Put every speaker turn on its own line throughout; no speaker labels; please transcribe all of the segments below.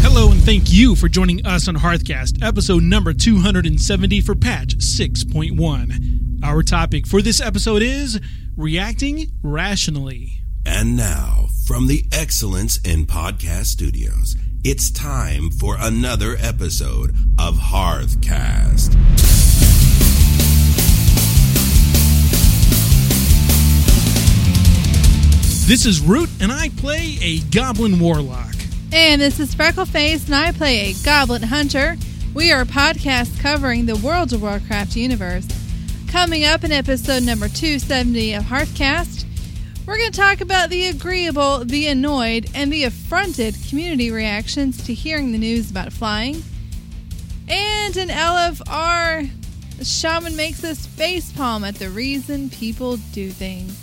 Hello, and thank you for joining us on Hearthcast, episode number 270 for patch 6.1. Our topic for this episode is reacting rationally.
And now, from the Excellence in Podcast Studios, it's time for another episode of Hearthcast.
This is Root, and I play a Goblin Warlock.
And this is Freckleface, and I play a Goblin Hunter. We are a podcast covering the World of Warcraft universe. Coming up in episode number 270 of Hearthcast, we're going to talk about the agreeable, the annoyed, and the affronted community reactions to hearing the news about flying. And an LFR shaman makes us facepalm at the reason people do things.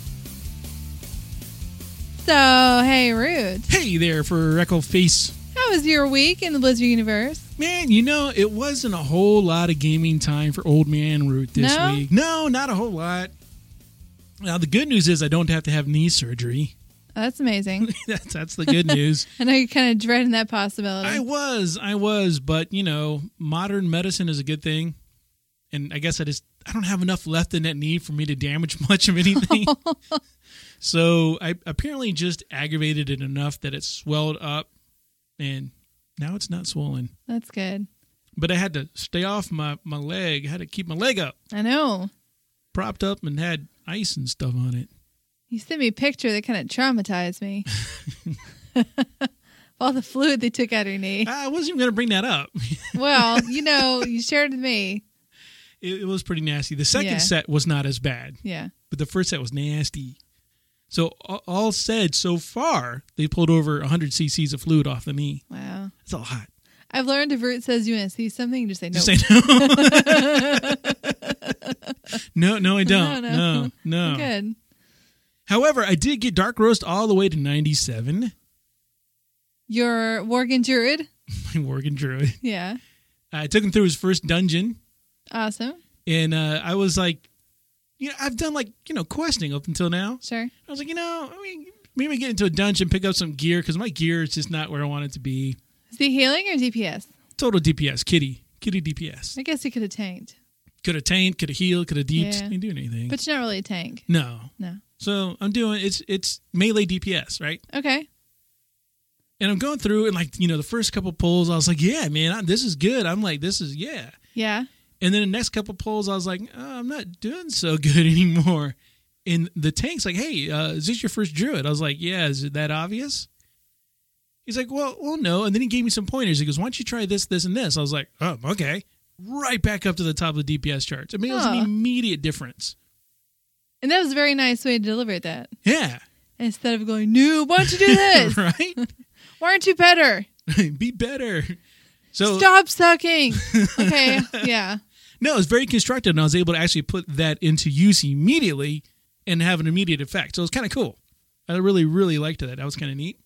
So, hey, Rude.
Hey there, for Freckle Face.
How was your week in the Blizzard universe?
Man, you know, it wasn't a whole lot of gaming time for Old Man Root this
No?
week. No, not a whole lot. Now, the good news is I don't have to have knee surgery.
Oh, that's amazing.
that's, that's the good news.
I know you're kind of dreading that possibility.
I was, I was, but you know, modern medicine is a good thing, and I guess I just I don't have enough left in that knee for me to damage much of anything. so I apparently just aggravated it enough that it swelled up, and now it's not swollen.
That's good.
But I had to stay off my my leg. I had to keep my leg up,
I know.
propped up, and had ice and stuff on it.
You sent me a picture that kind of traumatized me. All the fluid they took out of your knee.
I wasn't even going to bring that up.
Well, you know, you shared with me.
It, it was pretty nasty. The second
Yeah.
set was not as bad.
Yeah.
but the first set was nasty. So a- all said, so far they pulled over 100 cc's of fluid off the knee.
Wow.
It's all hot.
I've learned if Root says you want to see something, you just say no.
Just say no. no, no, I don't.
No,
No,
no.
no.
Good.
However, I did get dark roast all the way to 97.
Your Worgen Druid.
My Morgan Druid.
Yeah.
I took him through his first dungeon,
Awesome.
and uh, I was like, you know, I've done like you know questing up until now.
Sure.
I was like, you know, I mean, maybe get into a dungeon, pick up some gear because my gear is just not where I want it to be.
Is he healing or DPS?
total DPS, kitty, kitty DPS.
I guess he could have tanked,
Could have tanked, could have healed, could have deeped.
Yeah.
Ain't doing anything.
but you're not really a tank.
no.
No.
So I'm doing it's it's melee DPS, right?
Okay.
And I'm going through and like you know the first couple pulls, I was like, yeah, man, I, this is good. I'm like, this is yeah.
Yeah.
And then the next couple pulls, I was like, oh, I'm not doing so good anymore. And the tank's like, hey, uh, is this your first druid? I was like, yeah. Is it that obvious? He's like, well, well, no. And then he gave me some pointers. He goes, why don't you try this, this, and this? I was like, oh, okay. Right back up to the top of the DPS charts. I mean, it was an
Huh.
immediate difference.
And that was a very nice way to deliver that.
Yeah.
Instead of going, no, why don't you do this?
right?
Why aren't you better?
Be better. So,
Stop sucking. Okay, yeah.
no, it was very constructive. And I was able to actually put that into use immediately and have an immediate effect. So it was kind of cool. I really, really liked that. That was kind of neat.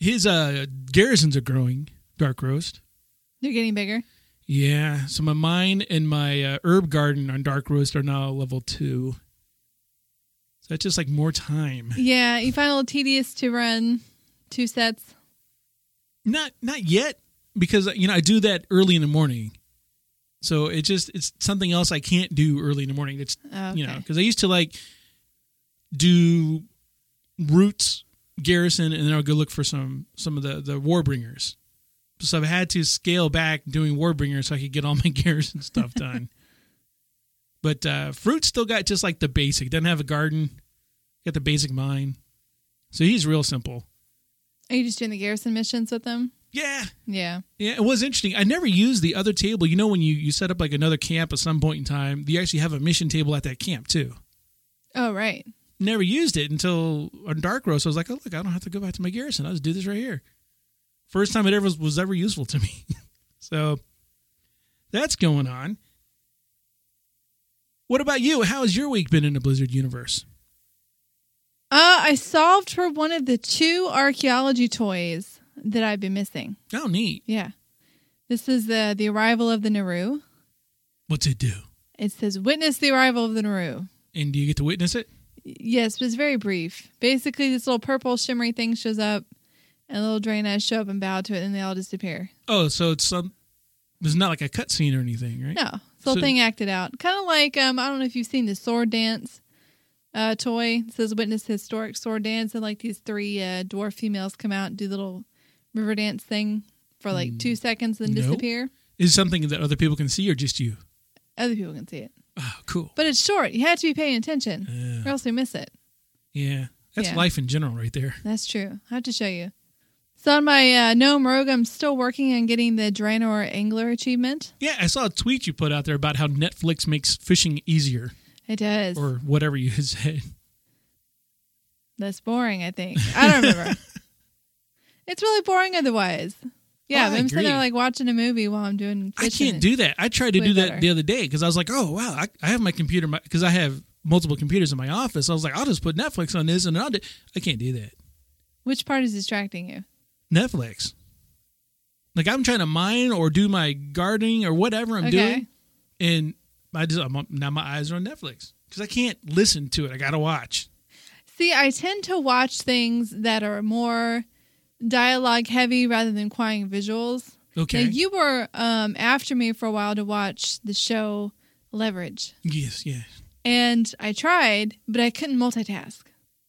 His uh, garrisons are growing, Dark Roast.
They're getting bigger.
Yeah. So my mine and my uh, herb garden on Dark Roast are now level two. So that's just like more time.
Yeah, you find it a little tedious to run two sets.
Not not yet because uh, you know I do that early in the morning. So it just it's something else I can't do early in the morning. It's
Oh, okay.
you know because I used to like do roots garrison and then I would go look for some some of the the warbringers. So I've had to scale back doing warbringers so I could get all my garrison stuff done. but uh fruit still got just like the basic. Doesn't have a garden. Got the basic mine. So he's real simple.
Are you just doing the garrison missions with them?
Yeah,
Yeah.
Yeah, it was interesting. I never used the other table. You know, when you, you set up like another camp at some point in time, you actually have a mission table at that camp too.
Oh, right.
Never used it until on Dark Roast. I was like, oh, look, I don't have to go back to my garrison. I'll just do this right here. First time it ever was, was ever useful to me. so that's going on. What about you? How has your week been in the Blizzard universe?
Uh, I solved for one of the two archaeology toys that I've been missing.
Oh, neat.
Yeah. This is the, the arrival of the Naru.
What's it do?
It says, Witness the arrival of the Naru.
And do you get to witness it?
Yes, but it's very brief. Basically, this little purple shimmery thing shows up, and little Draenei show up and bow to it, and they all disappear.
Oh, so it's some. It's not like a cutscene or anything, right?
No, this whole
So-
thing acted out. Kind of like um, I don't know if you've seen the sword dance uh, toy. It says witness historic sword dance, and like these three uh, dwarf females come out and do the little river dance thing for like two seconds, then
Mm. Nope.
disappear.
Is it something that other people can see or just you?
Other people can see it,
Oh, cool.
but it's short. You have to be paying attention,
Yeah.
or else we miss it.
Yeah. That's
Yeah.
life in general, right there.
That's true. I have to show you. So on my uh, gnome rogue, I'm still working on getting the Draenor angler achievement.
Yeah, I saw a tweet you put out there about how Netflix makes fishing easier
It does.
or whatever you said.
That's boring, I think. I don't remember. it's really boring otherwise. Yeah,
Oh, I
but I'm sitting there
agree.
like watching a movie while I'm doing
I
fishing.
can't do that. I tried to
Way
do that
better.
the other day because I was like, oh, wow, I, I have my computer because I have multiple computers in my office. I was like, I'll just put Netflix on this and I'll do. I can't do that.
Which part is distracting you?
Netflix. Like I'm trying to mine or do my gardening or whatever I'm
Okay.
doing, and I just I'm, now my eyes are on Netflix because I can't listen to it. I gotta watch.
See, I tend to watch things that are more dialogue heavy rather than quiet visuals.
Okay.
Now, you were um, after me for a while to watch the show Leverage,
yes. Yeah.
and I tried, but I couldn't multitask.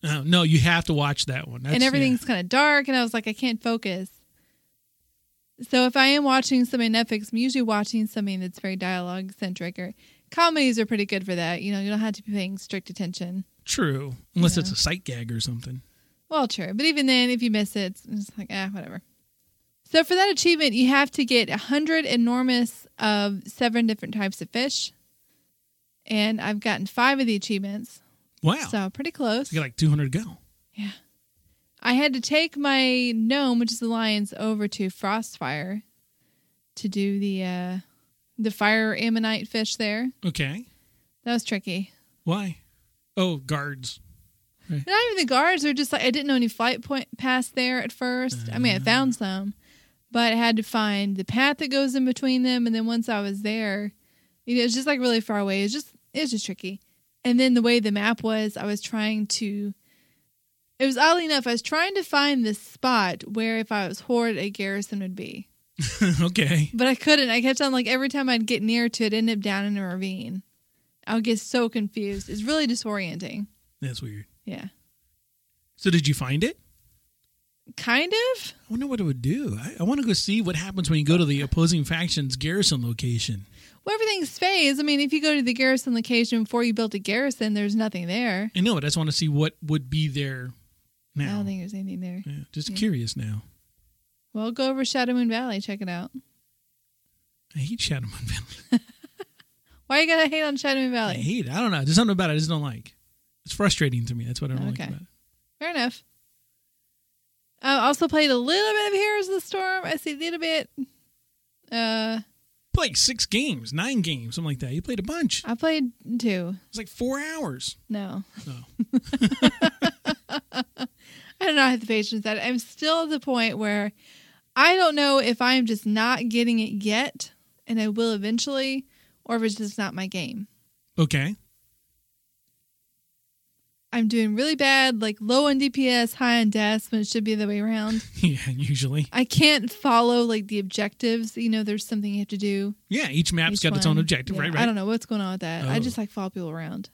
Uh, no, you have to watch that one. That's,
and
yeah.
everything's kind of dark and i was like i can't focus so if i am watching something on netflix i'm usually watching something that's very dialogue centric or comedies are pretty good for that you know you don't have to be paying strict attention
true, unless
Yeah.
it's a sight gag or something.
well true but even then if you miss it it's it's like ah whatever so for that achievement you have to get 100 enormous of seven different types of fish and i've gotten five of the achievements
Wow,
so pretty close
you got like 200 to go.
I had to take my gnome, which is the lion's, over to Frostfire to do the uh, the fire ammonite fish there.
Okay,
That was tricky.
why? Oh, guards.
Not even the guards were just like I didn't know any flight point paths there at first. I mean, I found some, but I had to find the path that goes in between them. And then once I was there, you know, it's just like really far away. It's just it's just tricky. And then the way the map was, I was trying to. It was oddly enough, I was trying to find this spot where if I was horde, a garrison would be.
okay,
But I couldn't. I kept on like every time I'd get near to it, end up down in a ravine. I would get so confused. It's really disorienting.
that's weird.
Yeah,
So did you find it?
kind of.
I wonder what it would do. I, I want to go see what happens when you go to the opposing faction's garrison location.
Well, everything's phased. I mean, if you go to the garrison location before you built a garrison, there's nothing there.
I know. I just want to see what would be there
I
now.
don't think there's anything there.
yeah, just curious now.
Well, go over Shadow Moon Valley, check it out.
I hate Shadow Moon Valley.
Why you gotta hate on Shadow Moon
I
Valley?
hate it. I don't know. There's something about it I just don't like. It's frustrating to me. That's what I don't like
Okay.
about it.
Fair enough. I also played a little bit of Heroes of the Storm. I see a little bit. Uh,
Play like six games, nine games, something like that. You played a bunch.
I played two.
It's like four hours.
No,
Oh.
I don't know. I have the patience that I'm still at the point where I don't know if I'm just not getting it yet, and I will eventually, or if it's just not my game.
Okay.
I'm doing really bad, like low on DPS, high on deaths when it should be the way around.
Yeah, usually.
I can't follow like the objectives. You know, there's something you have to do.
Yeah, each map's
each
got its own
one.
objective,
Yeah,
right?
I
Right.
don't know what's going on with that. I
Oh.
just like follow people around.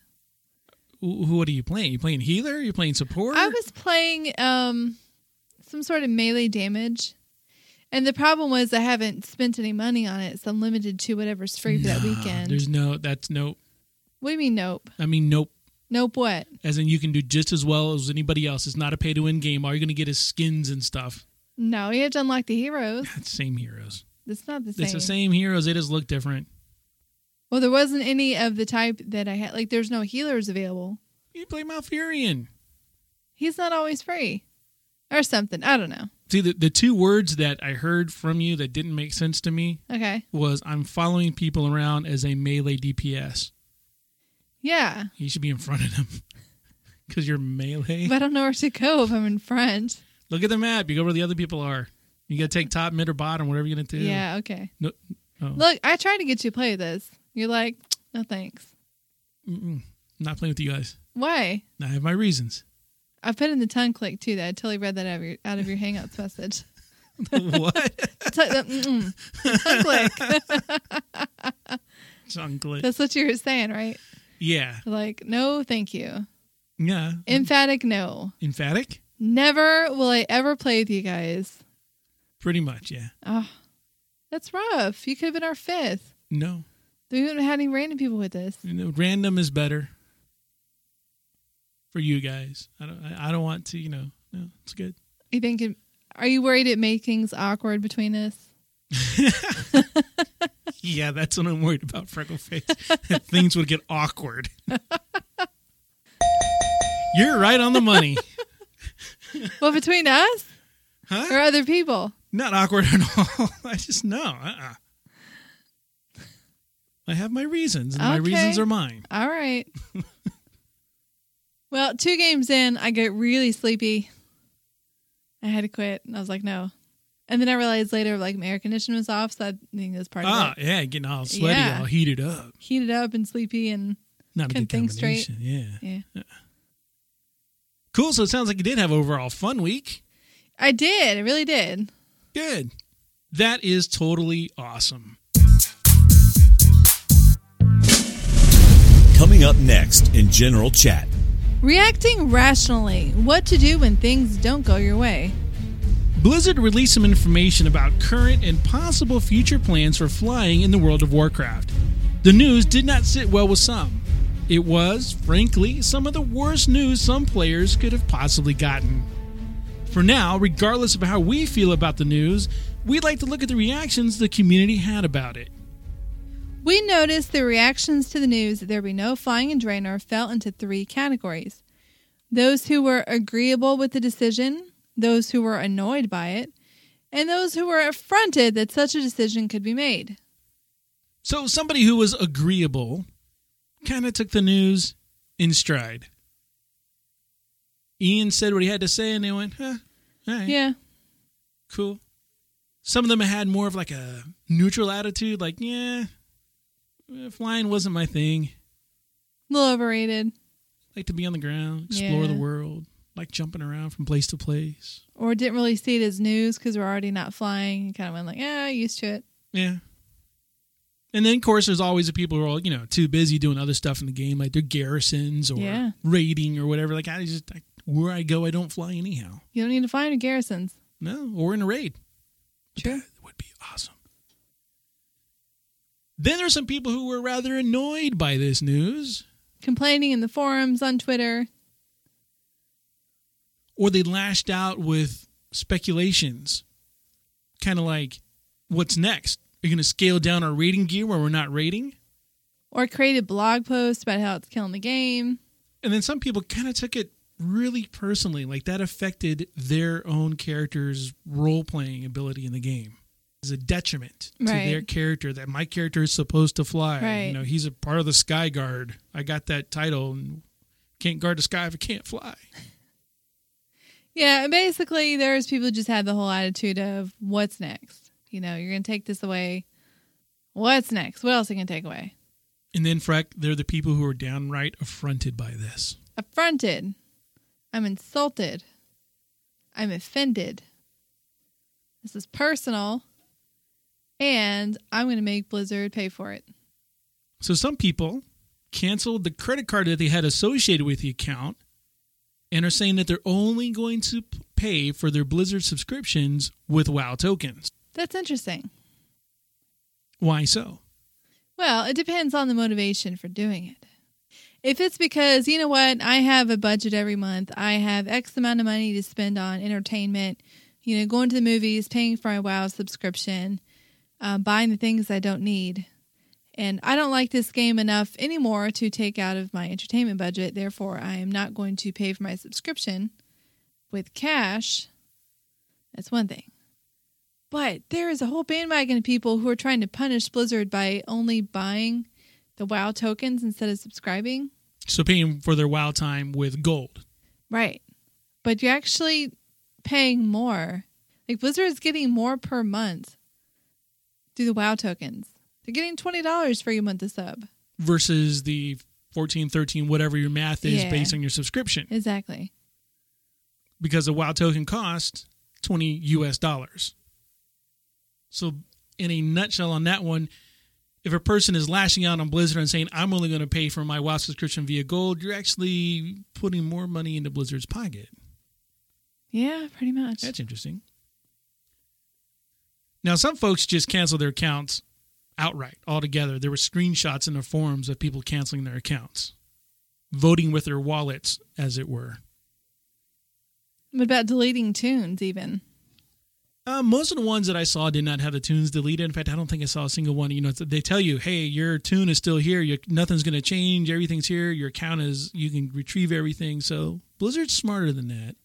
Wh- What are you playing? You playing healer? You playing support?
I was playing um some sort of melee damage. And the problem was I haven't spent any money on it, so I'm limited to whatever's free for that
Nah,
weekend.
There's no. That's no.
What do you mean nope?
I mean, nope.
Nope what?
As in, you can do just as well as anybody else. It's not a pay to win game. All you're going to get is skins and stuff.
No, you have to unlock the heroes.
That's same heroes.
That's not the same.
It's the same heroes. They just look different.
Well, there wasn't any of the type that I had. Like, there's no healers available.
You play Malfurion.
He's not always free, or something. I don't know.
See, the, the two words that I heard from you that didn't make sense to me
Okay.
was I'm following people around as a melee DPS.
Yeah,
You should be in front of them because you're melee.
but I don't know where to go if I'm in front.
Look at the map. You go where the other people are. You got to take top, mid, or bottom, whatever you're going to do.
Yeah. Okay.
No- oh.
Look, I tried to get you to play this. You're like, no thanks.
Mm-mm. Not playing with you guys.
Why?
I have my reasons.
I put in the tongue click too. That I totally read that out of your out of your Hangouts message.
what?
T- the- mm-mm. The tongue click.
Tongue click.
That's what you were saying, right?
Yeah.
Like, no, thank you.
Yeah.
Emphatic no.
Emphatic?
Never will I ever play with you guys.
Pretty much, yeah.
Oh, that's rough. You could have been our fifth.
No.
We wouldn't have had any random people with us.
You know, Random is better for you guys. I don't I I don't want to, you know. No, it's good.
You think? It, are you worried it made things awkward between us?
Yeah, that's what I'm worried about, Freckleface. Things would get awkward. You're right on the money.
Well, between us
Huh?
or other people?
Not awkward at all. I just no. Uh-uh. I have my reasons, and my
Okay.
reasons are mine.
All right. well, two games in, I get really sleepy. I had to quit, and I was like, no. And then I realized later, like, my air conditioning was off, so I think that's part
Ah,
of it.
yeah, getting all sweaty,
Yeah.
all heated up.
Heated up and sleepy, and
Not a
Couldn't
good
think straight.
combination. Yeah.
yeah.
Cool. So it sounds like you did have overall fun week.
I did. I really did.
Good. That is totally awesome.
Coming up next in General Chat.
Reacting rationally. What to do when things don't go your way.
Blizzard released some information about current and possible future plans for flying in the World of Warcraft. The news did not sit well with some. It was, frankly, some of the worst news some players could have possibly gotten. For now, regardless of how we feel about the news, we'd like to look at the reactions the community had about it.
We noticed the reactions to the news that there be no flying and Draenor fell into three categories those who were agreeable with the decision, those who were annoyed by it, and those who were affronted that such a decision could be made.
So, somebody who was agreeable kind of took the news in stride. Ian said what he had to say, and they went, huh, all right.
Yeah.
cool. Some of them had more of like a neutral attitude, like, yeah, eh, flying wasn't my thing.
A little overrated.
Like to be on the ground, explore
Yeah.
the world, like jumping around from place to place.
Or didn't really see it as news because we're already not flying. Kind of went like, yeah, used to it.
Yeah. And then, of course, there's always the people who are, all, you know, too busy doing other stuff in the game, like their garrisons or
Yeah.
raiding or whatever. Like, I just, I, where I go, I don't fly anyhow.
You don't need to fly in garrisons.
No, or in a raid.
True.
That would be awesome. Then there's some people who were rather annoyed by this news.
Complaining in the forums, on Twitter.
or they lashed out with speculations, kind of like, "What's next? Are you going to scale down our rating gear where we're not rating?"
Or created blog posts about how it's killing the game.
And then some people kind of took it really personally, like that affected their own character's role playing ability in the game. It's a detriment
Right.
to their character that my character is supposed to fly.
Right.
You know, he's a part of the Sky Guard. I got that title and can't guard the sky if I can't fly.
Yeah, basically, there's people who just had the whole attitude of what's next. You know, you're going to take this away. What's next? What else are you going to take away?
And then, Freck, they're the people who are downright affronted by this.
Affronted. I'm insulted. I'm offended. This is personal. And I'm going to make Blizzard pay for it.
So some people canceled the credit card that they had associated with the account and are saying that they're only going to p- pay for their Blizzard subscriptions with WoW tokens.
That's interesting.
Why so?
Well, it depends on the motivation for doing it. If it's because, you know what, I have a budget every month, I have X amount of money to spend on entertainment, you know, going to the movies, paying for my WoW subscription, uh, buying the things I don't need, and I don't like this game enough anymore to take out of my entertainment budget, therefore, I am not going to pay for my subscription with cash, that's one thing. But there is a whole bandwagon of people who are trying to punish Blizzard by only buying the WoW tokens instead of subscribing.
So paying for their WoW time with gold.
Right. But you're actually paying more. Like Blizzard is getting more per month through the WoW tokens. They're getting $20 for your month of sub.
versus the 14, 13, whatever your math is
Yeah.
based on your subscription.
Exactly.
because a WoW token costs 20 US dollars. So, in a nutshell, on that one, if a person is lashing out on Blizzard and saying, I'm only going to pay for my WoW subscription via gold, you're actually putting more money into Blizzard's pocket.
Yeah, pretty much.
That's interesting. Now, some folks just cancel their accounts outright, altogether. There were screenshots in the forums of people canceling their accounts, voting with their wallets, as it were.
what about deleting tunes, even?
Uh, most of the ones that I saw did not have the tunes deleted. In fact, I don't think I saw a single one. You know, they tell you, "Hey, your tune is still here. Your, nothing's going to change. Everything's here. Your account is. You can retrieve everything." So Blizzard's smarter than that.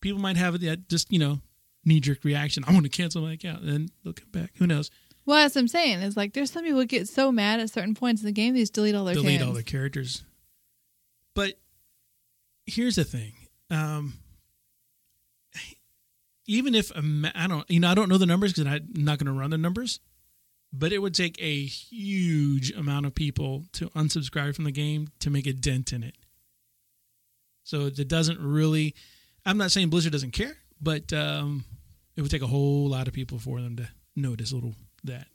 People might have that just you know knee jerk reaction. I want to cancel my account, and then they'll come back. Who knows?
Well, that's what I'm saying. Is like there's some people who get so mad at certain points in the game, they just delete all their
delete
tunes.
all their characters. But here's the thing: um, even if a ma- I don't, you know, I don't know the numbers because I'm not going to run the numbers, but it would take a huge amount of people to unsubscribe from the game to make a dent in it. So it doesn't really. I'm not saying Blizzard doesn't care, but um, it would take a whole lot of people for them to notice little that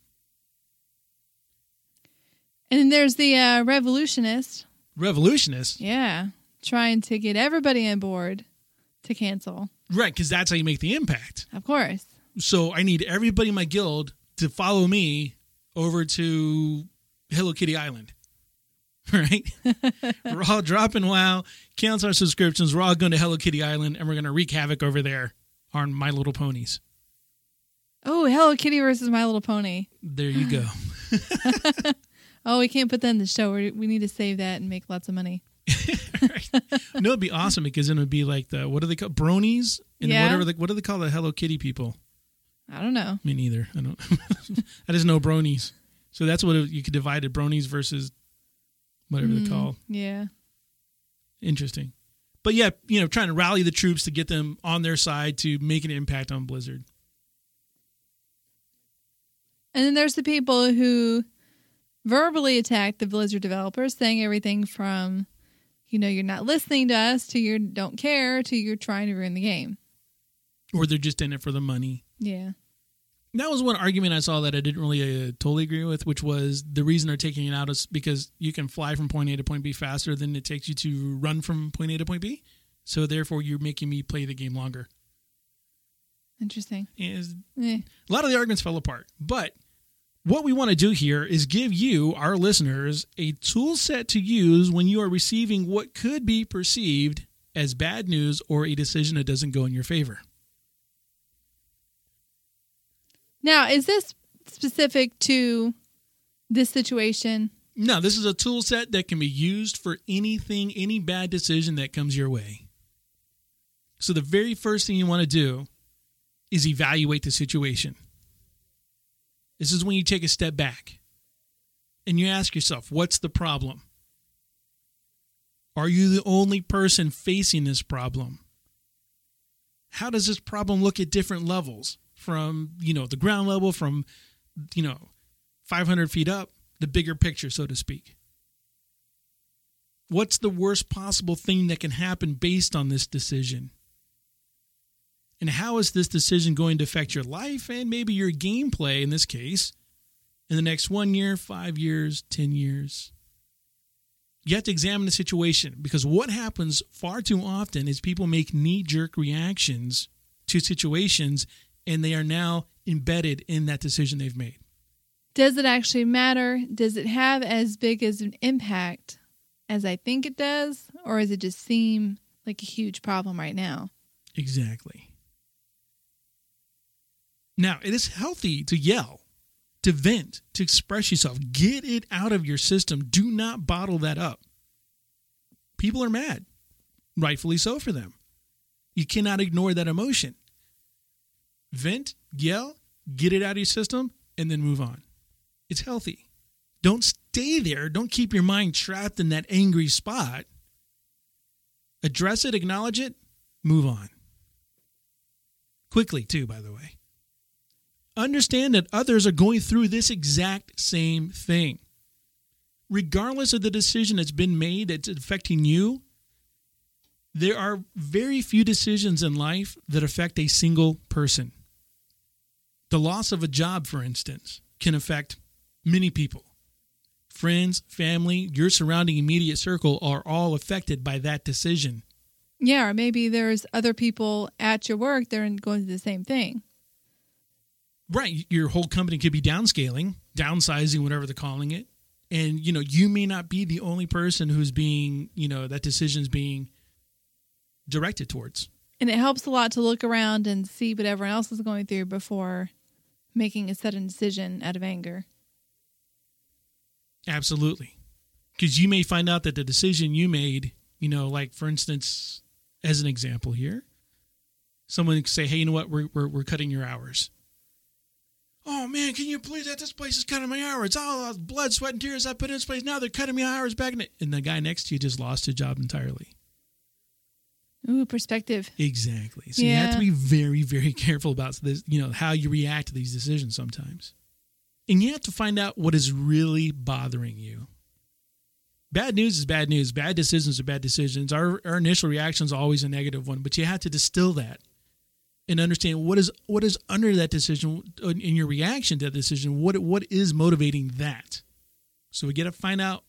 and then there's the uh, revolutionist.
revolutionists.
Yeah, trying to get everybody on board to cancel.
Right, because that's how you make the impact.
Of course.
So I need everybody in my guild to follow me over to Hello Kitty Island. Right? we're all dropping WoW, cancel our subscriptions. We're all going to Hello Kitty Island and we're going to wreak havoc over there on My Little Ponies.
Oh, Hello Kitty versus My Little Pony.
There you go.
Oh, we can't put that in the show. we we need to save that and make lots of money.
no, it'd be awesome because then it would be like the, what do they call Bronies? And
Yeah.
whatever, the, what do they call the Hello Kitty people?
I don't know.
Me neither. I don't. I just know bronies. So that's what it, you could divide it: bronies versus whatever
Hmm.
they call.
Yeah.
Interesting. But yeah, you know, trying to rally the troops to get them on their side to make an impact on Blizzard.
And then there's the people who verbally attack the Blizzard developers, saying everything from, you know, you're not listening to us to you don't care to you're trying to ruin the game.
Or they're just in it for the money.
Yeah.
That was one argument I saw that I didn't really uh, totally agree with, which was the reason they're taking it out is because you can fly from point A to point B faster than it takes you to run from point A to point B. So therefore, you're making me play the game longer.
Interesting.
Is
Eh.
a lot of the arguments fell apart. But what we want to do here is give you, our listeners, a tool set to use when you are receiving what could be perceived as bad news or a decision that doesn't go in your favor.
Now, is this specific to this situation?
No, this is a tool set that can be used for anything, any bad decision that comes your way. So the very first thing you want to do is evaluate the situation. This is when you take a step back and you ask yourself, what's the problem? Are you the only person facing this problem? How does this problem look at different levels from, you know, the ground level from, you know, 500 feet up, the bigger picture, so to speak. What's the worst possible thing that can happen based on this decision? And how is this decision going to affect your life and maybe your gameplay in this case in the next one year, five years, 10 years? You have to examine the situation because what happens far too often is people make knee jerk reactions to situations and they are now embedded in that decision they've made.
Does it actually matter? Does it have as big as an impact as I think it does? Or does it just seem like a huge problem right now?
Exactly. Now, it is healthy to yell, to vent, to express yourself. Get it out of your system. Do not bottle that up. People are mad, rightfully so for them. You cannot ignore that emotion. Vent, yell, get it out of your system, and then move on. It's healthy. Don't stay there. Don't keep your mind trapped in that angry spot. Address it, acknowledge it, move on. Quickly, too, by the way. Understand that others are going through this exact same thing. Regardless of the decision that's been made that's affecting you, There are very few decisions in life that affect a single person. The loss of a job, for instance, can affect many people. Friends, family, your surrounding immediate circle are all affected by that decision.
Yeah, or maybe there's other people at your work that are going through the same thing.
Right, your whole company could be downscaling, downsizing, whatever they're calling it. And you know, you may not be the only person who's being, you know, that decision's being directed towards.
And it helps a lot to look around and see what everyone else is going through before making a sudden decision out of anger.
Absolutely. Because you may find out that the decision you made, you know, like for instance, as an example here, someone could say, hey, you know what, we're, we're, we're cutting your hours. Oh man, can you believe that? This place is cutting my hours. All the blood, sweat, and tears I put in this place. Now they're cutting me hours back in it. And the guy next to you just lost his job entirely.
Ooh, perspective.
Exactly. So you have
Yeah.
to be very, very careful about this, you know, how you react to these decisions sometimes. And you have to find out what is really bothering you. Bad news is bad news. Bad decisions are bad decisions. Our, our initial reaction is always a negative one, but you have to distill that and understand what is what is under that decision in in your reaction to that decision. What what is motivating that? So we got to find out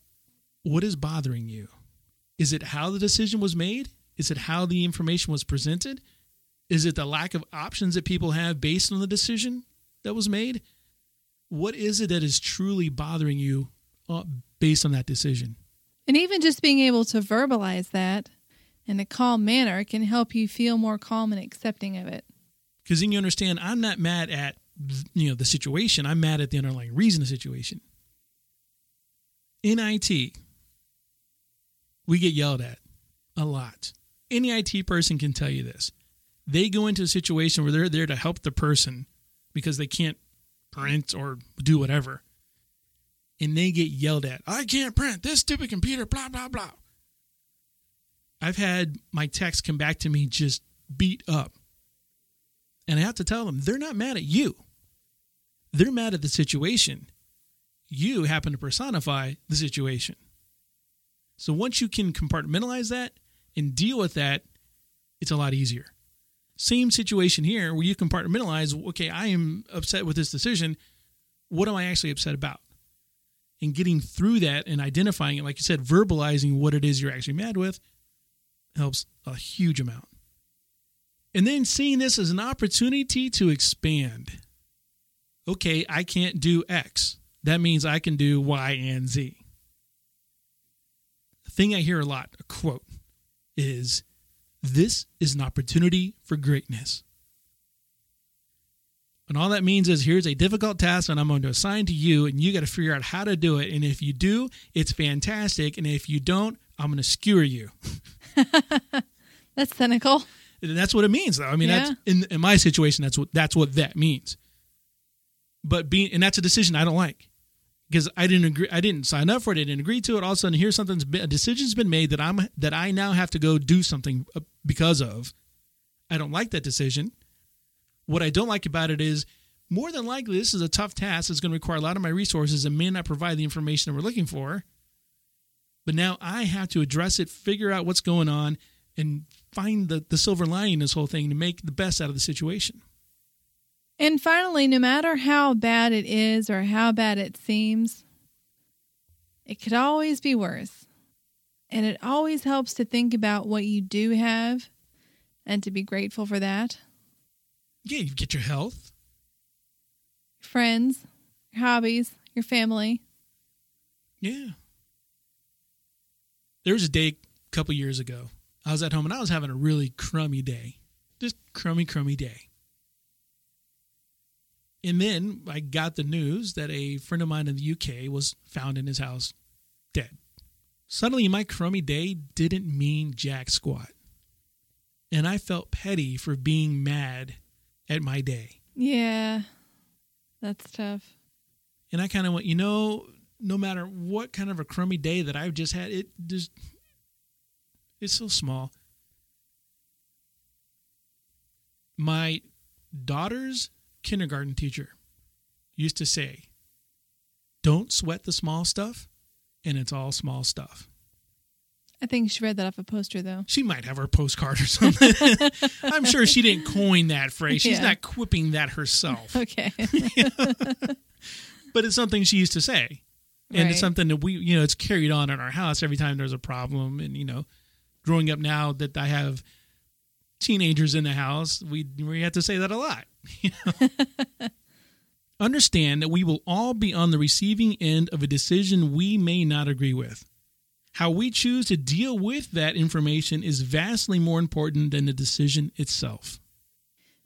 what is bothering you. Is it how the decision was made? Is it how the information was presented? Is it the lack of options that people have based on the decision that was made? What is it that is truly bothering you uh, based on that decision?
And even just being able to verbalize that in a calm manner can help you feel more calm and accepting of it.
Because then you understand I'm not mad at you know the situation. I'm mad at the underlying reason of the situation. In IT, we get yelled at a lot. Any IT person can tell you this. They go into a situation where they're there to help the person because they can't print or do whatever. And they get yelled at. I can't print this stupid computer, blah, blah, blah. I've had my techs come back to me just beat up. And I have to tell them they're not mad at you. They're mad at the situation. You happen to personify the situation. So once you can compartmentalize that and deal with that, it's a lot easier. Same situation here where you compartmentalize, okay, I am upset with this decision. What am I actually upset about? And getting through that and identifying it, like you said, verbalizing what it is you're actually mad with helps a huge amount and then seeing this as an opportunity to expand. Okay, I can't do X. That means I can do Y and Z. The thing I hear a lot, a quote, is this is an opportunity for greatness. And all that means is here's a difficult task and I'm going to assign to you, and you got to figure out how to do it. And if you do, it's fantastic. And if you don't, I'm going to skewer you.
That's cynical.
And that's what it means though i mean that's in, in my situation that's what that's what that means but being and that's a decision i don't like because i didn't agree i didn't sign up for it i didn't agree to it all of a sudden here's something's been, a decision's been made that i'm that i now have to go do something uh, because of i don't like that decision what i don't like about it is more than likely this is a tough task it's going to require a lot of my resources and may not provide the information that we're looking for but now I have to address it, figure out what's going on, and find the, the silver lining in this whole thing to make the best out of the situation.
And finally, no matter how bad it is or how bad it seems, it could always be worse. And it always helps to think about what you do have and to be grateful for that.
Yeah, you get your health.
Friends, your hobbies, your family.
Yeah. There was a day a couple years ago. I was at home and I was having a really crummy day. Just crummy, crummy day. And then I got the news that a friend of mine in the UK was found in his house dead. Suddenly, my crummy day didn't mean jack squat. And I felt petty for being mad at my day.
Yeah, that's tough.
And I kind of went, you know, no matter what kind of a crummy day that I've just had, it just it's so small. My daughter's kindergarten teacher used to say, "Don't sweat the small stuff, and it's all small stuff."
I think she read that off a poster, though.
She might have her postcard or something. I'm sure she didn't coin that phrase. She's
Yeah.
not quipping that herself.
Okay.
But it's something she used to say. And
Right.
it's something that we, you know, it's carried on in our house every time there's a problem. And, you know, growing up now that I have teenagers in the house, we, we have to say that a lot. you know. Understand that we will all be on the receiving end of a decision we may not agree with. How we choose to deal with that information is vastly more important than the decision itself.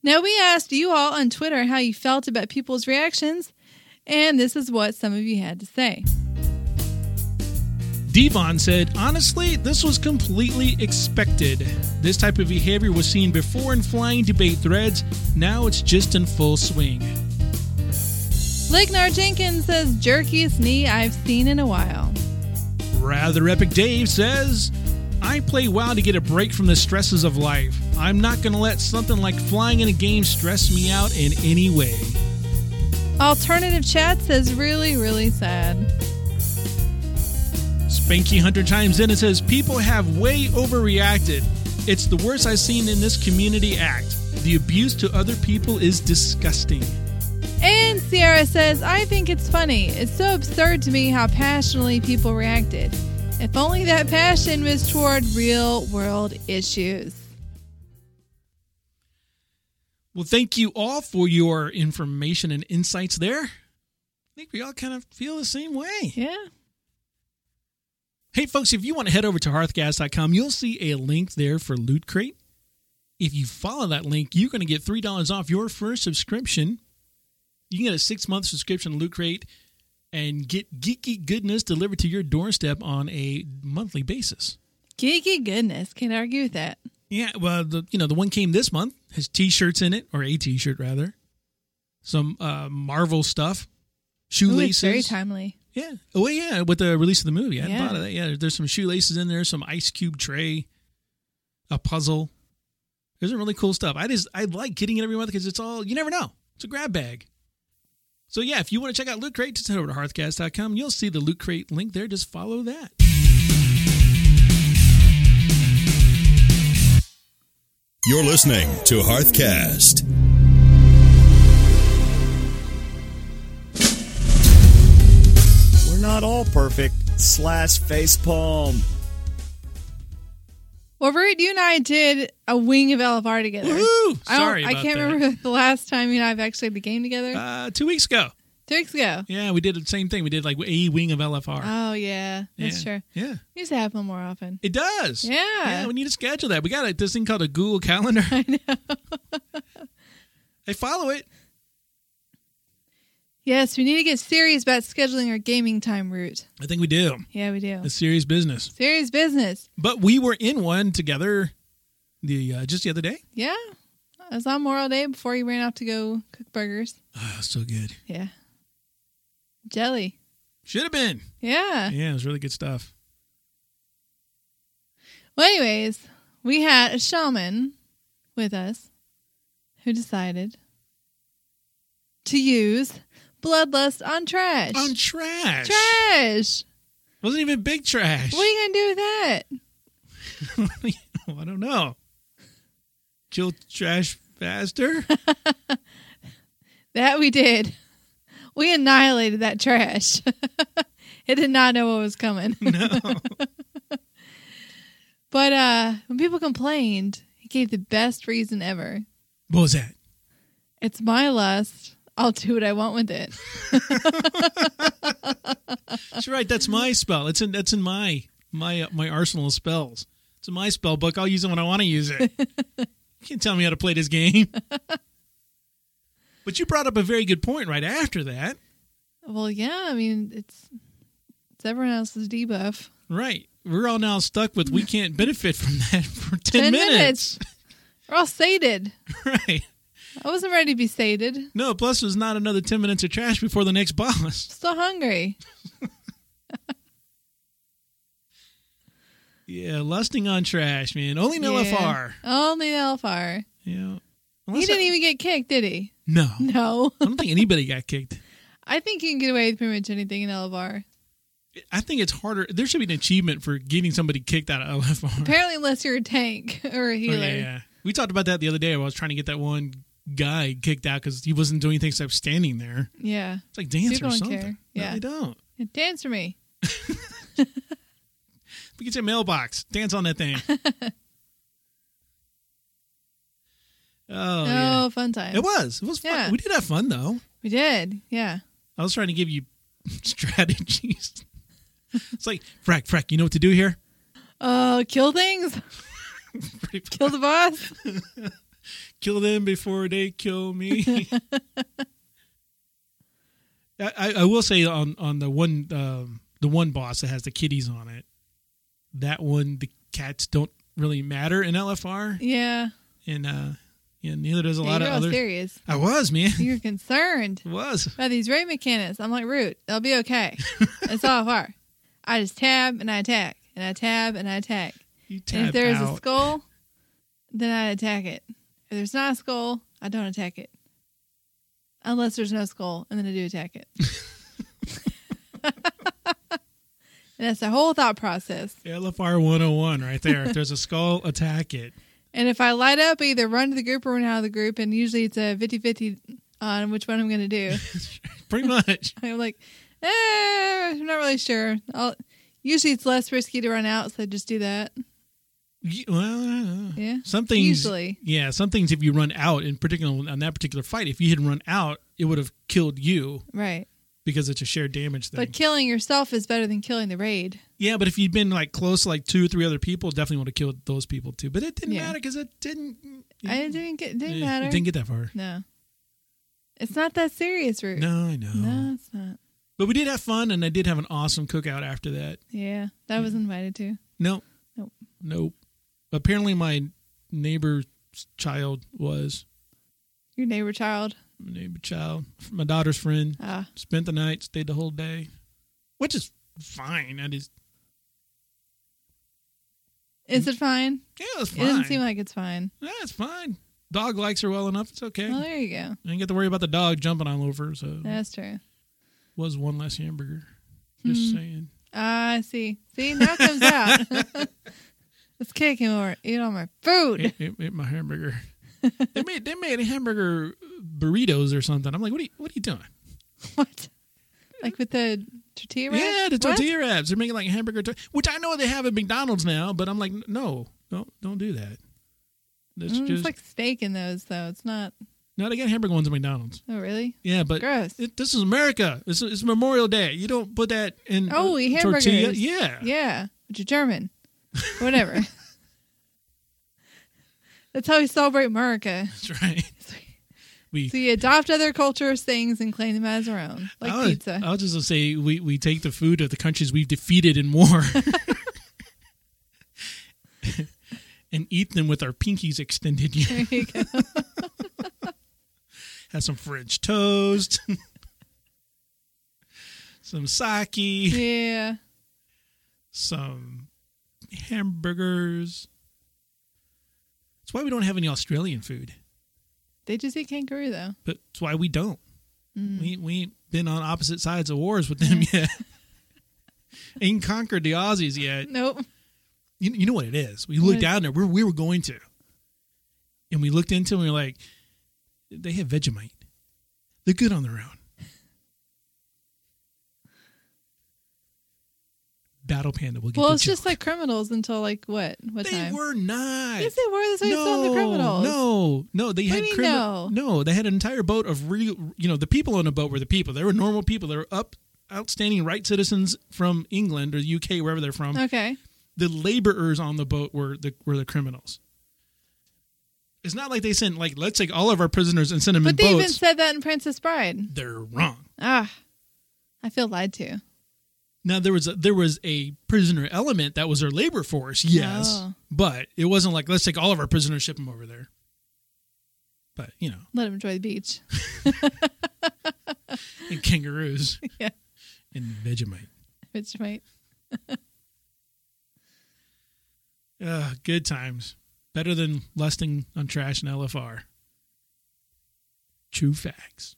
Now, we asked you all on Twitter how you felt about people's reactions, and this is what some of you had to say.
Devon said, Honestly, this was completely expected. This type of behavior was seen before in flying debate threads. Now it's just in full swing.
Lignar Jenkins says, jerkiest knee I've seen in a while.
Rather Epic Dave says, I play WoW to get a break from the stresses of life. I'm not going to let something like flying in a game stress me out in any way.
Alternative Chat says, really, really sad.
Spanky Hunter chimes in and says, People have way overreacted. It's the worst I've seen in this community act. The abuse to other people is disgusting.
And Sierra says, I think it's funny. It's so absurd to me how passionately people reacted. If only that passion was toward real world issues.
Well, thank you all for your information and insights there. I think we all kind of feel the same way.
Yeah.
Hey, folks, if you want to head over to hearthgas.com, you'll see a link there for Loot Crate. If you follow that link, you're going to get $3 off your first subscription. You can get a six month subscription to Loot Crate and get geeky goodness delivered to your doorstep on a monthly basis.
Geeky goodness. Can't argue with that.
Yeah, well, the you know the one came this month has T-shirts in it, or a T-shirt rather, some uh, Marvel stuff,
Ooh,
shoelaces.
it's very timely.
Yeah. Oh yeah, with the release of the movie, I hadn't
Yeah.
thought of that. Yeah, there's some shoelaces in there, some ice cube tray, a puzzle. There's some really cool stuff. I just I like getting it every month because it's all you never know. It's a grab bag. So yeah, if you want to check out Loot Crate, just head over to hearthcast.com. You'll see the Loot Crate link there. Just follow that.
You're listening to Hearthcast. We're not all perfect. Slash facepalm.
Well, Root, you and I did a wing of LFR together.
Woo!
I, don't-
Sorry
I
about
can't
that.
remember the last time you and I have actually the game together.
Uh, two weeks ago.
Two weeks ago.
Yeah, we did the same thing. We did like a wing of LFR.
Oh, yeah. That's
yeah.
true.
Yeah,
You used to have one more often.
it does.
Yeah.
yeah. We need to schedule that. We got like, this thing called a Google Calendar. I know. I follow it.
Yes, we need to get serious about scheduling our gaming time route.
I think we do.
Yeah, we do.
It's serious business.
Serious business.
But we were in one together the uh, just the other day.
Yeah. I was on Memorial Day before you ran off to go cook burgers.
Oh, so good.
Yeah. Jelly.
Should have been.
Yeah.
Yeah, it was really good stuff.
Well, anyways, we had a shaman with us who decided to use bloodlust on trash.
On trash.
trash.
Wasn't even big trash.
What are you going to do with that?
I don't know. Kill trash faster.
That we did. We annihilated that trash. it did not know what was coming.
no.
But uh when people complained, he gave the best reason ever.
What was that?
It's my lust. I'll do what I want with it.
That's right. That's my spell. It's in that's in my my uh, my arsenal of spells. It's in my spell book. I'll use it when I want to use it. you can't tell me how to play this game. but you brought up a very good point right after that.
Well, yeah, I mean it's it's everyone else's debuff.
Right. We're all now stuck with we can't benefit from that for 10,
10 minutes. We're all sated.
Right.
I wasn't ready to be sated.
No, plus there's not another 10 minutes of trash before the next boss.
Still hungry.
Yeah, lusting on trash, man. Only in
Yeah.
LFR.
Only the LFR.
Yeah.
He
Unless
didn't
I- Oh.
even get kicked, did he?
No. I
No.
don't think anybody got kicked.
I think you can get away with pretty much anything in LFR.
I think it's harder. There should be an achievement for getting somebody kicked out of a left arm.
Apparently, unless you're a tank or a
Oh,
healer.
yeah, yeah. We talked about that the other day. I was trying to get that one guy kicked out because he wasn't doing anything except standing there.
Yeah.
It's like dance
People
or
don't
something.
care.
No,
Yeah.
they don't.
Dance for me.
We get your mailbox. Dance on that thing. oh,
Oh,
yeah.
fun time.
It was. It was fun.
Yeah.
We did have fun though.
we did. Yeah.
I was trying to give you strategies. it's like, Frack, Frack, you know what to do here?
Oh, kill things. Kill the boss.
kill them before they kill me. I- I, I will say on on the one um, the one boss that has the kitties on it, that one the cats don't really matter in LFR,
Yeah.
and uh, and neither does a lot
you're
of
all
other.
serious.
I was man,
You're concerned
I was
by these raid mechanics. I'm like, root. They'll be okay. That's all far. I just tab and I attack and I tab and I attack.
you
And if
tap
there's a
out.
skull, then I attack it. If there's not a skull, I don't attack it. Unless there's no skull, and then I do attack it. and that's the whole thought process.
LFR 101 right there. if there's a skull, attack it.
And if I light up, I either run to the group or run out of the group, and usually it's a 50 50 on which one I'm going to do.
Pretty much.
I'm like, eh, I'm not really sure. I'll, usually it's less risky to run out, so I just do that.
You- well, I don't know.
Yeah.
Some things,
Usually.
yeah. Some things, if you run out, in particular on that particular fight, if you had run out, it would have killed you
Right.
because it's a shared damage thing.
But killing yourself is better than killing the raid.
yeah, but if you'd been like close, to, like two or three other people, definitely would have killed those people too. But it didn't
Yeah.
matter because it didn't. eh,
I didn't get didn't
it-
matter.
It didn't get that far.
no, it's not that serious, Root.
No, I know.
No, it's not.
But we did have fun, and I did have an awesome cookout after that.
Yeah, that was invited to.
Nope.
Nope.
Nope. Apparently, my neighbor's child was
Your neighbor child.
my neighbor child, my daughter's friend.
Ah,
spent the night, stayed the whole day, which is fine. I just
is it fine?
yeah, it's
It
fine.
doesn't seem like it's fine.
yeah, it's fine. Dog likes her well enough. It's okay.
Well, there you go.
I didn't get to worry about the dog jumping all over. So
That's true.
was one less hamburger.
Hmm.
Just saying.
Ah, I see. See, now it comes out. This kid came over, and ate all my food.
It, it, it my hamburger. they made they made hamburger burritos or something. I'm like, what are you what are you doing?
What? Like with the tortilla wrap?
Yeah, the
What?
tortilla wraps. They're making like hamburger, tor- which I know they have at McDonald's now, but I'm like, no, no, don't do that. That's
Mm,
just
It's like steak in those, though. It's not.
no. They got hamburger ones at McDonald's.
Oh, really?
Yeah, but
Gross.
It, this is America. It's, it's Memorial Day. You don't put that in.
Oh,
uh,
we hamburgers.
tortilla. Yeah.
Yeah, but you're German. Whatever. That's how we celebrate America.
that's right. We.
So you adopt other cultures, things, and claim them as our own, like
I was,
pizza.
I was just gonna say we, we take the food of the countries we've defeated in war, and eat them with our pinkies extended. Yeah.
There you go.
Have some French toast, some sake,
yeah,
some hamburgers. That's why we don't have any Australian food.
they just eat kangaroo though.
but it's why we don't.
Mm.
We we ain't been on opposite sides of wars with them yet. ain't conquered the Aussies yet.
Nope.
You, you know what it is. We looked
What?
down there. We we were going to, and we looked into, it and we were like, they have Vegemite. They're good on their own. Battle Panda will get.
Well,
the
it's just
joke.
like criminals until like what? What
they
time?
were not.
yes, they were. That's why you saw the criminals.
No, no, they
do
had
you mean
criminal. No, they had an entire boat of real. You know, the people on the boat were the people. They were normal people. They were up, outstanding, right citizens from England or the UK, wherever they're from.
Okay.
The laborers on the boat were the were the criminals. It's not like they sent like let's take all of our prisoners and send them
But
in
they even
boats.
said that in Princess Bride.
they're wrong.
Ah, I feel lied to.
Now there was a, there was a prisoner element that was their labor force, yes,
Oh.
but it wasn't like let's take all of our prisoners, ship them over there. But you know,
Let them enjoy the beach.
and kangaroos
Yeah.
and Vegemite.
Which might.
Ugh, good times. Better than lusting on trash and LFR. True facts.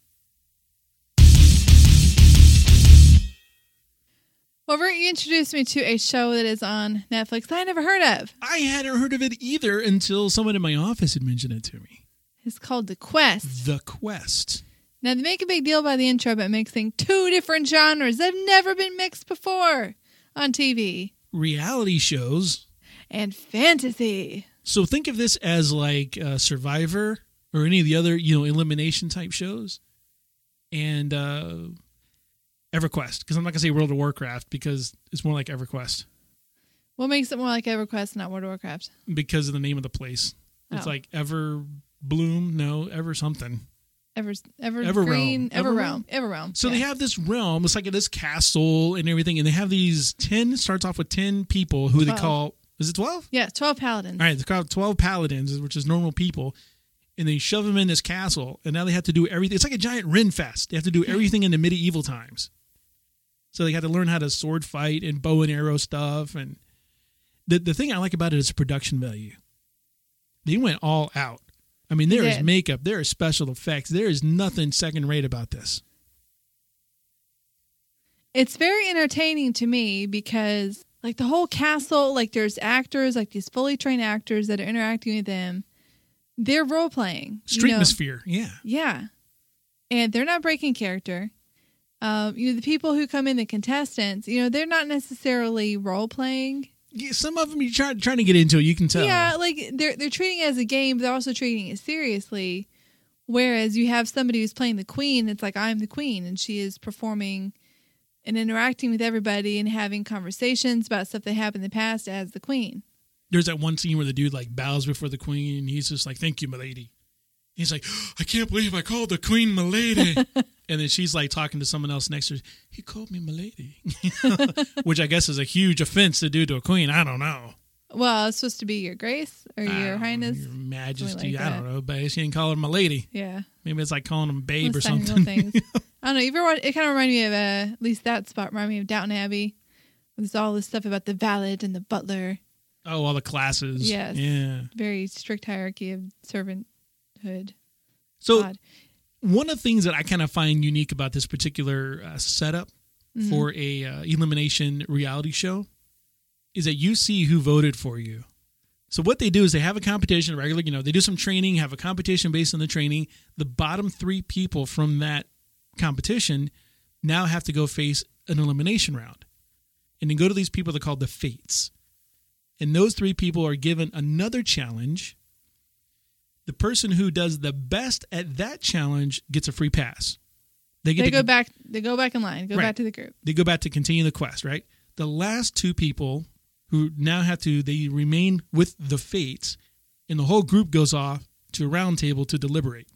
Well, Root, you introduced me to a show that is on Netflix that I never heard of.
I hadn't heard of it either until someone in my office had mentioned it to me.
It's called The Quest.
The Quest.
Now, they make a big deal by the intro about mixing two different genres that have never been mixed before on TV
Reality shows.
and fantasy.
So think of this as like uh, Survivor or any of the other, you know, elimination type shows and uh, EverQuest. Because I'm not going to say World of Warcraft because it's more like EverQuest
What makes it more like EverQuest, not World of Warcraft?
because of the name of the place. It's
Oh.
like Ever Bloom, no, Ever something.
Ever, ever,
Everrealm.
green, ever realm,
Everrealm?
ever realm.
So they have this realm. It's like this castle and everything, and they have these ten. Starts off with ten people who
Twelve.
they call. Is it twelve?
yeah, twelve paladins.
All right, they call twelve paladins, which is normal people, and they shove them in this castle, and now they have to do everything. It's like a giant Ren fest. They have to
Mm-hmm.
do everything in the medieval times. So they had to learn how to sword fight and bow and arrow stuff, and the the thing I like about it is the production value. They went all out. I mean, there is
did.
makeup, there is special effects, there is nothing second rate about this.
It's very entertaining to me because, like, the whole castle, like, there's actors, like these fully trained actors that are interacting with them. They're role playing.
Street atmosphere, yeah.
Yeah. And they're not breaking character. Um, you know, the people who come in, the contestants, you know, they're not necessarily role playing.
Yeah, some of them you try trying to get into, you can tell.
Yeah, like they're they're treating it as a game, but they're also treating it seriously. Whereas you have somebody who's playing the queen that's like, I'm the queen, and she is performing and interacting with everybody and having conversations about stuff that happened in the past as the queen.
There's that one scene where the dude like bows before the queen, and he's just like, "Thank you, milady." He's like, "I can't believe I called the queen milady," and then she's like talking to someone else next to her. He called me milady, which I guess is a huge offense to do to a queen. I don't know.
Well, it's supposed to be your grace or
I
your
don't know,
highness.
your Majesty.
like
I
that.
don't know, but she didn't call her milady.
Yeah.
Maybe it's like calling him babe or
Those technical
something.
Things. I don't know. You ever watch, it kind of reminded me of uh, at least that spot reminded me of Downton Abbey. There's all this stuff about the valet and the butler,
oh, all the classes.
Yes.
Yeah.
very strict hierarchy of servanthood.
So
God.
one of the things that I kind of find unique about this particular uh, setup
Mm-hmm.
for a uh, elimination reality show is that you see who voted for you. So what they do is they have a competition regularly. You know, they do some training, have a competition based on the training. The bottom three people from that competition now have to go face an elimination round, and then go to these people. They're called the fates, and those three people are given another challenge the person who does the best at that challenge gets a free pass. They get
they
to,
go back. They go back in line. Go
Right.
back to the group.
They go back to continue the quest, right? The last two people who now have to they remain with the fates, and the whole group goes off to a round table to deliberate.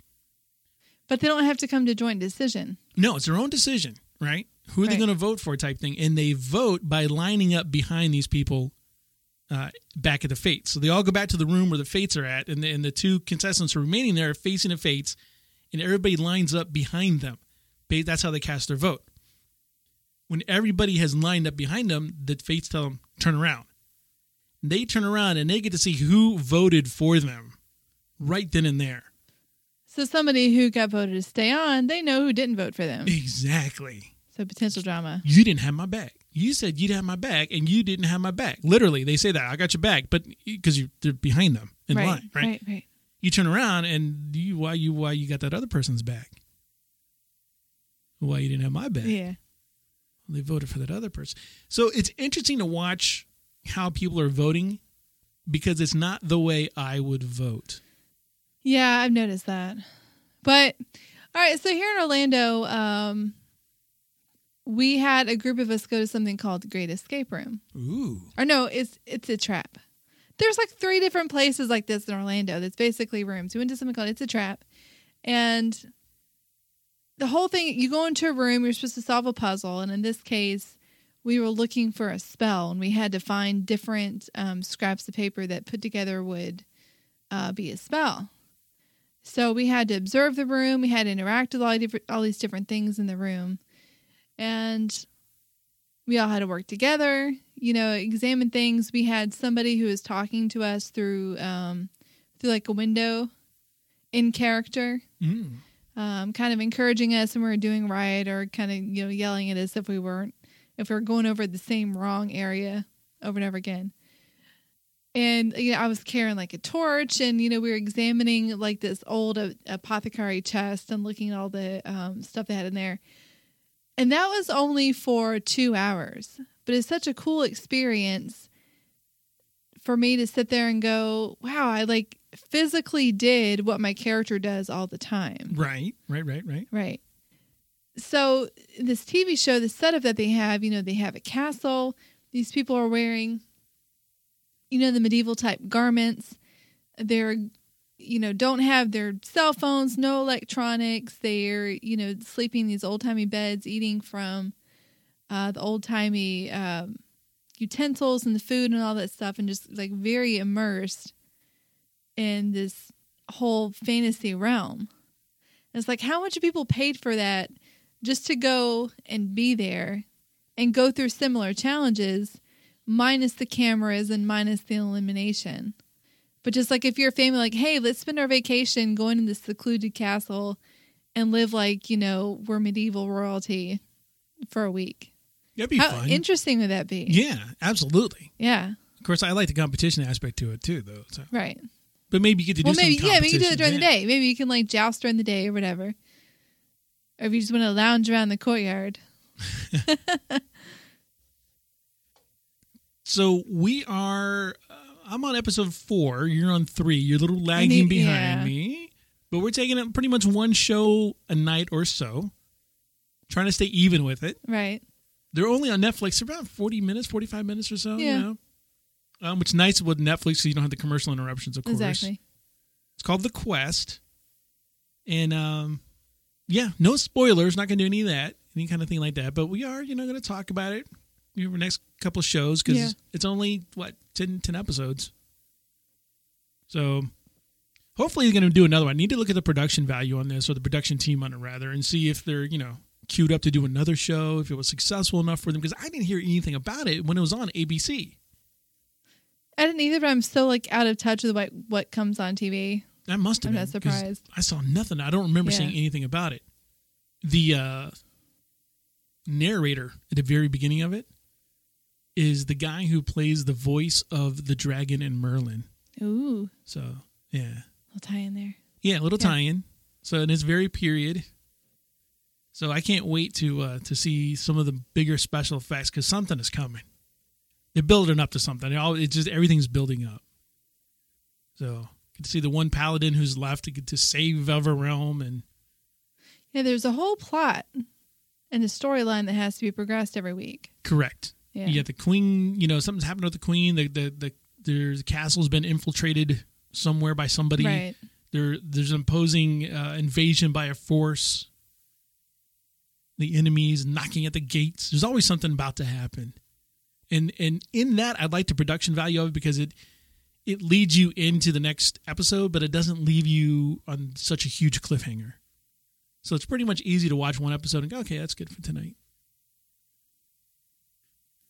But they don't have to come to joint decision.
No, it's their own decision, right? Who are they
Right.
going to vote for, type thing, and they vote by lining up behind these people uh, back at the fates. So they all go back to the room where the fates are at, and the, and the two contestants who are remaining there are facing the fates, and everybody lines up behind them. Ba- That's how they cast their vote. When everybody has lined up behind them, the fates tell them turn around. They turn around and they get to see who voted for them, right then and there.
So somebody who got voted to stay on, they know who didn't vote for them.
Exactly.
So potential drama.
you didn't have my back. You said you'd have my back, and you didn't have my back. Literally, they say that I got your back, but because you they're behind them in
right,
line, right?
right. Right.
You turn around and you why you why you got that other person's back? Why you didn't have my back?
Yeah.
They voted for that other person. So it's interesting to watch how people are voting because it's not the way I would vote.
Yeah, I've noticed that. But all right, so here in Orlando, um, we had a group of us go to something called the Great Escape Room.
Ooh,
Or no, it's it's a trap. There's like three different places like this in Orlando that's basically rooms. We went to something called It's a Trap, and the whole thing you go into a room, you're supposed to solve a puzzle, and in this case, we were looking for a spell, and we had to find different um, scraps of paper that put together would uh, be a spell. So we had to observe the room, we had to interact with all, different, all these different things in the room, and we all had to work together you know examine things we had somebody who was talking to us through um through like a window in character
mm.
um kind of encouraging us when we were doing right or kind of you know yelling at us if we weren't if we are going over the same wrong area over and over again. And you know, I was carrying like a torch, and you know, we were examining like this old uh, apothecary chest and looking at all the um, stuff they had in there. And that was only for two hours, but it's such a cool experience for me to sit there and go, "Wow, I like physically did what my character does all the time."
Right, right, right, right.
Right. So this TV show, the setup that they have, you know, they have a castle. These people are wearing, you know, the medieval type garments. They're, you know, don't have their cell phones, no electronics. They're, you know, sleeping in these old timey beds, eating from uh, the old timey um, utensils and the food and all that stuff, and just like very immersed in this whole fantasy realm. And it's like how much people paid for that just to go and be there and go through similar challenges, minus the cameras and minus the elimination. But just like if your family, like, hey, let's spend our vacation going to this secluded castle and live like, you know, we're medieval royalty for a week.
That'd be
How
fun.
interesting would that be?
yeah, absolutely.
Yeah,
Of course, I like the competition aspect to it too, though. So.
right.
But maybe you get to do
well,
some
maybe, yeah, maybe you can do it during
competition,
the day. Maybe you can like joust during the day or whatever. Or if you just want to lounge around the courtyard.
So we are. Uh, I'm on episode four. You're on three. You're a little lagging
need-
behind
yeah.
me, but we're taking it pretty much one show a night or so, trying to stay even with it.
Right.
They're only on Netflix for about 40 minutes, 45 minutes or so.
Yeah.
You know? um, which is nice with Netflix, so you don't have the commercial interruptions. Of course,
Exactly.
It's called The Quest, and um, yeah, no spoilers. Not going to do any of that, any kind of thing like that. But we are, you know, going to talk about it over the next couple of shows because
Yeah.
it's only what 10, 10 episodes. So hopefully, they're going to do another one. I need to look at the production value on this or the production team on it rather, and see if they're, you know. Queued up to do another show if it was successful enough for them because I didn't hear anything about it when it was on ABC.
I didn't either, but I'm so like out of touch with what what comes on TV.
That must have
I'm
been.
not
'cause
surprised.
I saw nothing. I don't remember
Yeah.
seeing anything about it. The uh, narrator at the very beginning of it is the guy who plays the voice of the dragon and Merlin.
Ooh,
So yeah,
I'll tie in there.
yeah, little
Yeah.
tie-in. So and it's very period. So I can't wait to uh, to see some of the bigger special effects because something is coming. They're building up to something. It all it's just everything's building up. So get to see the one paladin who's left to get to save Velvet Realm and
Yeah, there's a whole plot and a storyline that has to be progressed every week.
correct.
Yeah.
You got the queen. You know something's happened with the queen. The the the there's castle's been infiltrated somewhere by somebody.
right.
there there's an imposing uh, invasion by a force the enemies knocking at the gates there's always something about to happen and and in that i like the production value of it because it it leads you into the next episode but it doesn't leave you on such a huge cliffhanger so it's pretty much easy to watch one episode and go okay that's good for tonight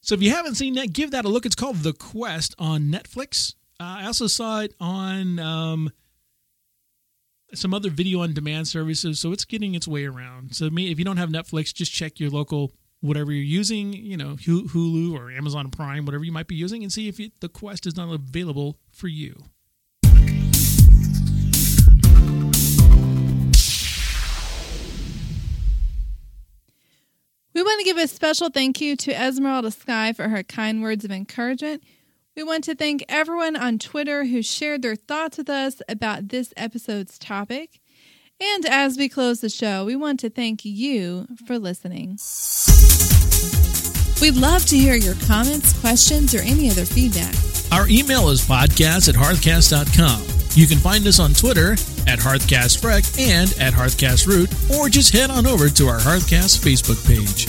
so if you haven't seen that give that a look it's called the quest on netflix uh, i also saw it on um, some other video on demand services. So it's getting its way around. So me, if you don't have Netflix, just check your local whatever you're using, you know, Hu- Hulu or Amazon Prime, whatever you might be using, and see if it, the Quest is not available for you.
We want to give a special thank you to Esmeralda Sky for her kind words of encouragement. We want to thank everyone on Twitter who shared their thoughts with us about this episode's topic. And as we close the show, we want to thank you for listening. We'd love to hear your comments, questions, or any other feedback.
Our email is podcast at hearthcast.com. You can find us on Twitter at HearthcastFreck and at HearthcastRoot, or just head on over to our Hearthcast Facebook page.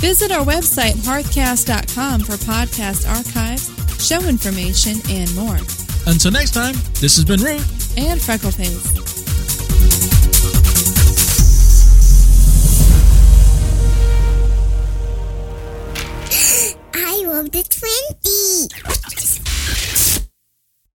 Visit our website, hearthcast.com, for podcast archives, show information, and more.
Until next time, this has been Root.
And Freckleface.